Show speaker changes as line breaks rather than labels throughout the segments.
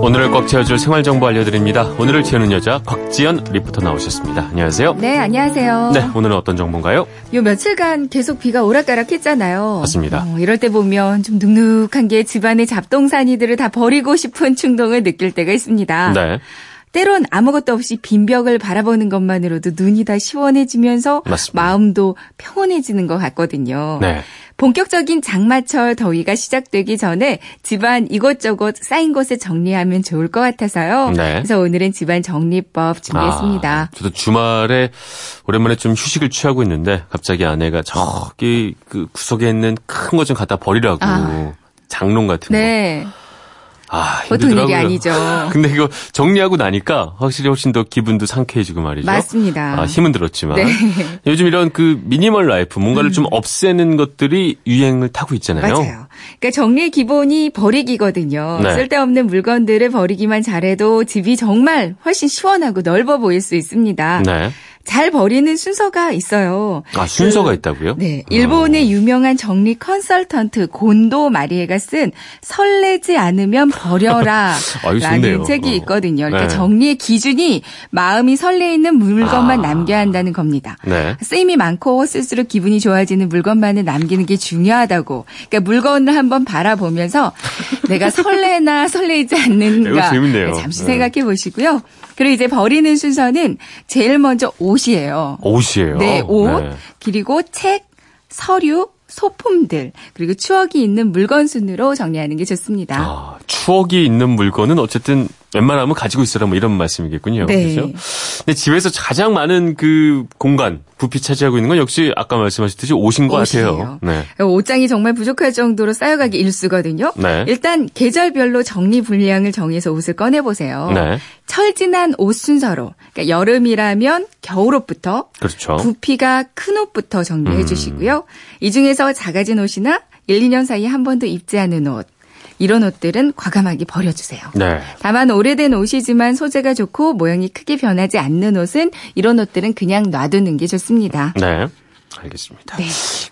오늘을 꽉 채워줄 생활정보 알려드립니다. 오늘을 채우는 여자 곽지연 리포터 나오셨습니다. 안녕하세요.
네, 안녕하세요.
네, 오늘은 어떤 정보인가요?
요 며칠간 계속 비가 오락가락했잖아요.
맞습니다.
어, 이럴 때 보면 좀 눅눅한 게 집안의 잡동사니들을 다 버리고 싶은 충동을 느낄 때가 있습니다.
네,
때론 아무것도 없이 빈 벽을 바라보는 것만으로도 눈이 다 시원해지면서
맞습니다.
마음도 평온해지는 것 같거든요.
네,
본격적인 장마철 더위가 시작되기 전에 집안 이것저것 쌓인 곳에 정리하면 좋을 것 같아서요.
네.
그래서 오늘은 집안 정리법 준비했습니다.
아, 저도 주말에 오랜만에 좀 휴식을 취하고 있는데 갑자기 아내가 저기 그 구석에 있는 큰 거 좀 갖다 버리라고
아.
장롱 같은 거.
네.
아,
보통 일이
힘들더라고요.
아니죠.
근데 이거 정리하고 나니까 확실히 훨씬 더 기분도 상쾌해지고 말이죠.
맞습니다.
아, 힘은 들었지만
네. 음.
요즘 이런 그 미니멀 라이프 뭔가를 좀 없애는 것들이 유행을 타고 있잖아요.
맞아요. 그러니까 정리의 기본이 버리기거든요.
네.
쓸데없는 물건들을 버리기만 잘해도 집이 정말 훨씬 시원하고 넓어 보일 수 있습니다.
네.
잘 버리는 순서가 있어요.
아 순서가 있다고요? 음.
네, 일본의 유명한 정리 컨설턴트 곤도 마리에가 쓴 설레지 않으면 버려라
아, 이거 좋네요.
라는 책이
어.
있거든요.
네.
그러니까 정리의 기준이 마음이 설레 있는 물건만
아.
남겨야 한다는 겁니다.
어. 네.
쓰임이 많고 쓸수록 기분이 좋아지는 물건만을 남기는 게 중요하다고. 그러니까 물건을 한번 바라보면서 내가 설레나 설레이지
이거
않는가.
재밌네요.
잠시
네.
생각해 보시고요. 그리고 이제 버리는 순서는 제일 먼저 옷이에요.
옷이에요.
네, 옷.
네.
그리고 책, 서류, 소품들, 그리고 추억이 있는 물건 순으로 정리하는 게 좋습니다.
아, 추억이 있는 물건은 어쨌든 웬만하면 가지고 있어라 뭐 이런 말씀이겠군요.
네.
그렇죠? 근데 집에서 가장 많은 그 공간 부피 차지하고 있는 건 역시 아까 말씀하셨듯이 옷인 것 같아요.
옷이에요.
네.
옷장이 정말 부족할 정도로 쌓여가기 일쑤거든요.
네.
일단 계절별로 정리 분량을 정해서 옷을 꺼내보세요.
네.
철진한 옷 순서로 그러니까 여름이라면 겨울옷부터
그렇죠.
부피가 큰 옷부터 정리해
음.
주시고요. 이 중에서 작아진 옷이나 1, 2년 사이에 한 번도 입지 않은 옷 이런 옷들은 과감하게 버려주세요.
네.
다만 오래된 옷이지만 소재가 좋고 모양이 크게 변하지 않는 옷은 이런 옷들은 그냥 놔두는 게 좋습니다.
네. 알겠습니다.
네.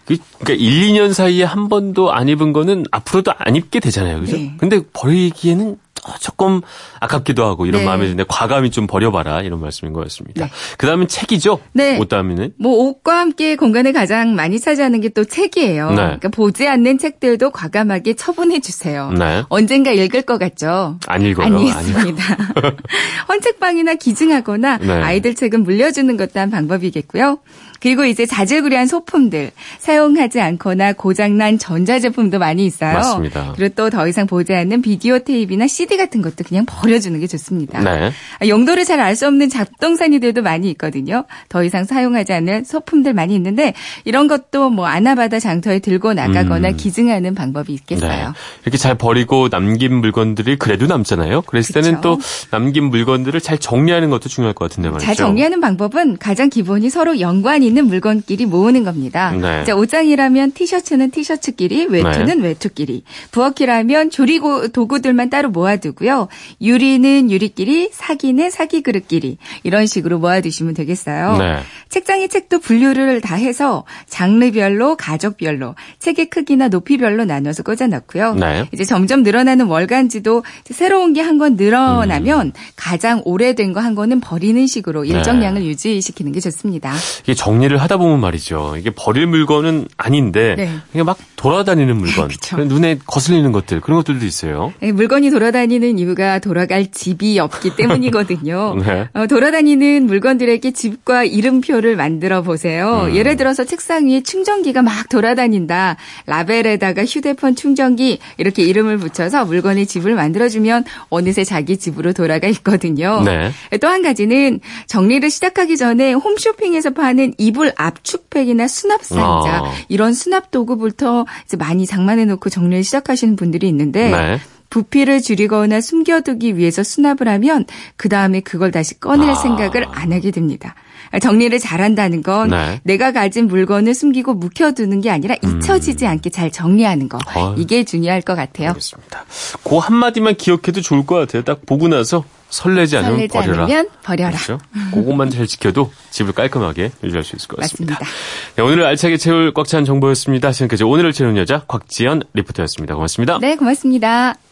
그, 그러니까 1, 2년 사이에 한 번도 안 입은 거는 앞으로도 안 입게 되잖아요. 그죠?
네.
근데 버리기에는 또 조금 아깝기도 하고 이런
네.
마음이 드는데 과감히 좀 버려봐라 이런 말씀인 것 같습니다.
네.
그 다음엔 책이죠?
네.
옷 다음에는?
뭐 옷과 함께 공간을 가장 많이 차지하는 게 또 책이에요.
네.
그러니까 보지 않는 책들도 과감하게 처분해 주세요.
네.
언젠가 읽을 것 같죠?
안 읽어요.
어. 안
안 읽어요.
읽습니다. 헌책방이나 기증하거나
네.
아이들 책은 물려주는 것도 한 방법이겠고요. 그리고 이제 자질구레한 소품들 사용하지 않거나 고장난 전자제품도 많이 있어요.
맞습니다.
그리고 또 더 이상 보지 않는 비디오 테이프나 CD 같은 것도 그냥 버려주는 게 좋습니다.
네.
아, 용도를 잘 알 수 없는 잡동사니들도 많이 있거든요. 더 이상 사용하지 않는 소품들 많이 있는데 이런 것도 뭐 아나바다 장터에 들고 나가거나
음. 네, 그렇죠.
기증하는 방법이 있겠어요.
이렇게 잘 버리고 남긴 물건들이 그래도 남잖아요. 그랬을 때는
그쵸.
또 남긴 물건들을 잘 정리하는 것도 중요할 것 같은데 말이죠.
잘 정리하는 방법은 가장 기본이 서로 연관 있는 물건끼리 모으는 겁니다.
네.
자, 옷장이라면 티셔츠는 티셔츠끼리, 외투는 외투끼리, 부엌이라면 조리고 도구들만 따로 모아두고요. 유리는 유리끼리, 사기는 사기 그릇끼리 이런 식으로 모아두시면 되겠어요.
네.
책장의 책도 분류를 다 해서 장르별로, 가족별로, 책의 크기나 높이별로 나눠서 꽂아놓고요.
네.
이제 점점 늘어나는 월간지도 이제 새로운 게 한 권 늘어나면 가장 오래된 거 한 권은 버리는 식으로 일정량을 유지시키는 게 좋습니다.
이게 정리를 하다 보면 말이죠. 이게 버릴 물건은 아닌데
네.
그냥 막 돌아다니는 물건,
그쵸.
그냥 눈에 거슬리는 것들 그런 것들도 있어요.
예, 물건이 돌아다니는 이유가 돌아갈 집이 없기 때문이거든요.
네.
어, 돌아다니는 물건들에게 집과 이름표를 만들어 보세요.
음.
예를 들어서 책상 위에 충전기가 막 돌아다닌다. 라벨에다가 휴대폰 충전기 이렇게 이름을 붙여서 물건의 집을 만들어주면 어느새 자기 집으로 돌아가 있거든요.
네.
또 한 가지는 정리를 시작하기 전에 홈쇼핑에서 파는 이불 압축팩이나 수납 상자
아.
이런 수납 도구부터 이제 많이 장만해 놓고 정리를 시작하시는 분들이 있는데
네.
부피를 줄이거나 숨겨두기 위해서 수납을 하면 그 다음에 그걸 다시 꺼낼
아.
생각을 안 하게 됩니다. 정리를 잘한다는 건
네. 음.
내가 가진 물건을 숨기고 묵혀두는 게 아니라 잊혀지지 않게 잘 정리하는 거
어휴.
이게 중요할 것 같아요.
알겠습니다. 그 한마디만 기억해도 좋을 것 같아요. 딱 보고 나서 설레지 않으면
설레지
버려라.
않으면 버려라.
그렇죠? 그것만 잘 지켜도 집을 깔끔하게 유지할 수 있을 것 같습니다.
맞습니다.
네, 오늘 알차게 채울 꽉 찬 정보였습니다. 지금까지 오늘을 채우는 여자 곽지연 리포터였습니다. 고맙습니다.
네, 고맙습니다.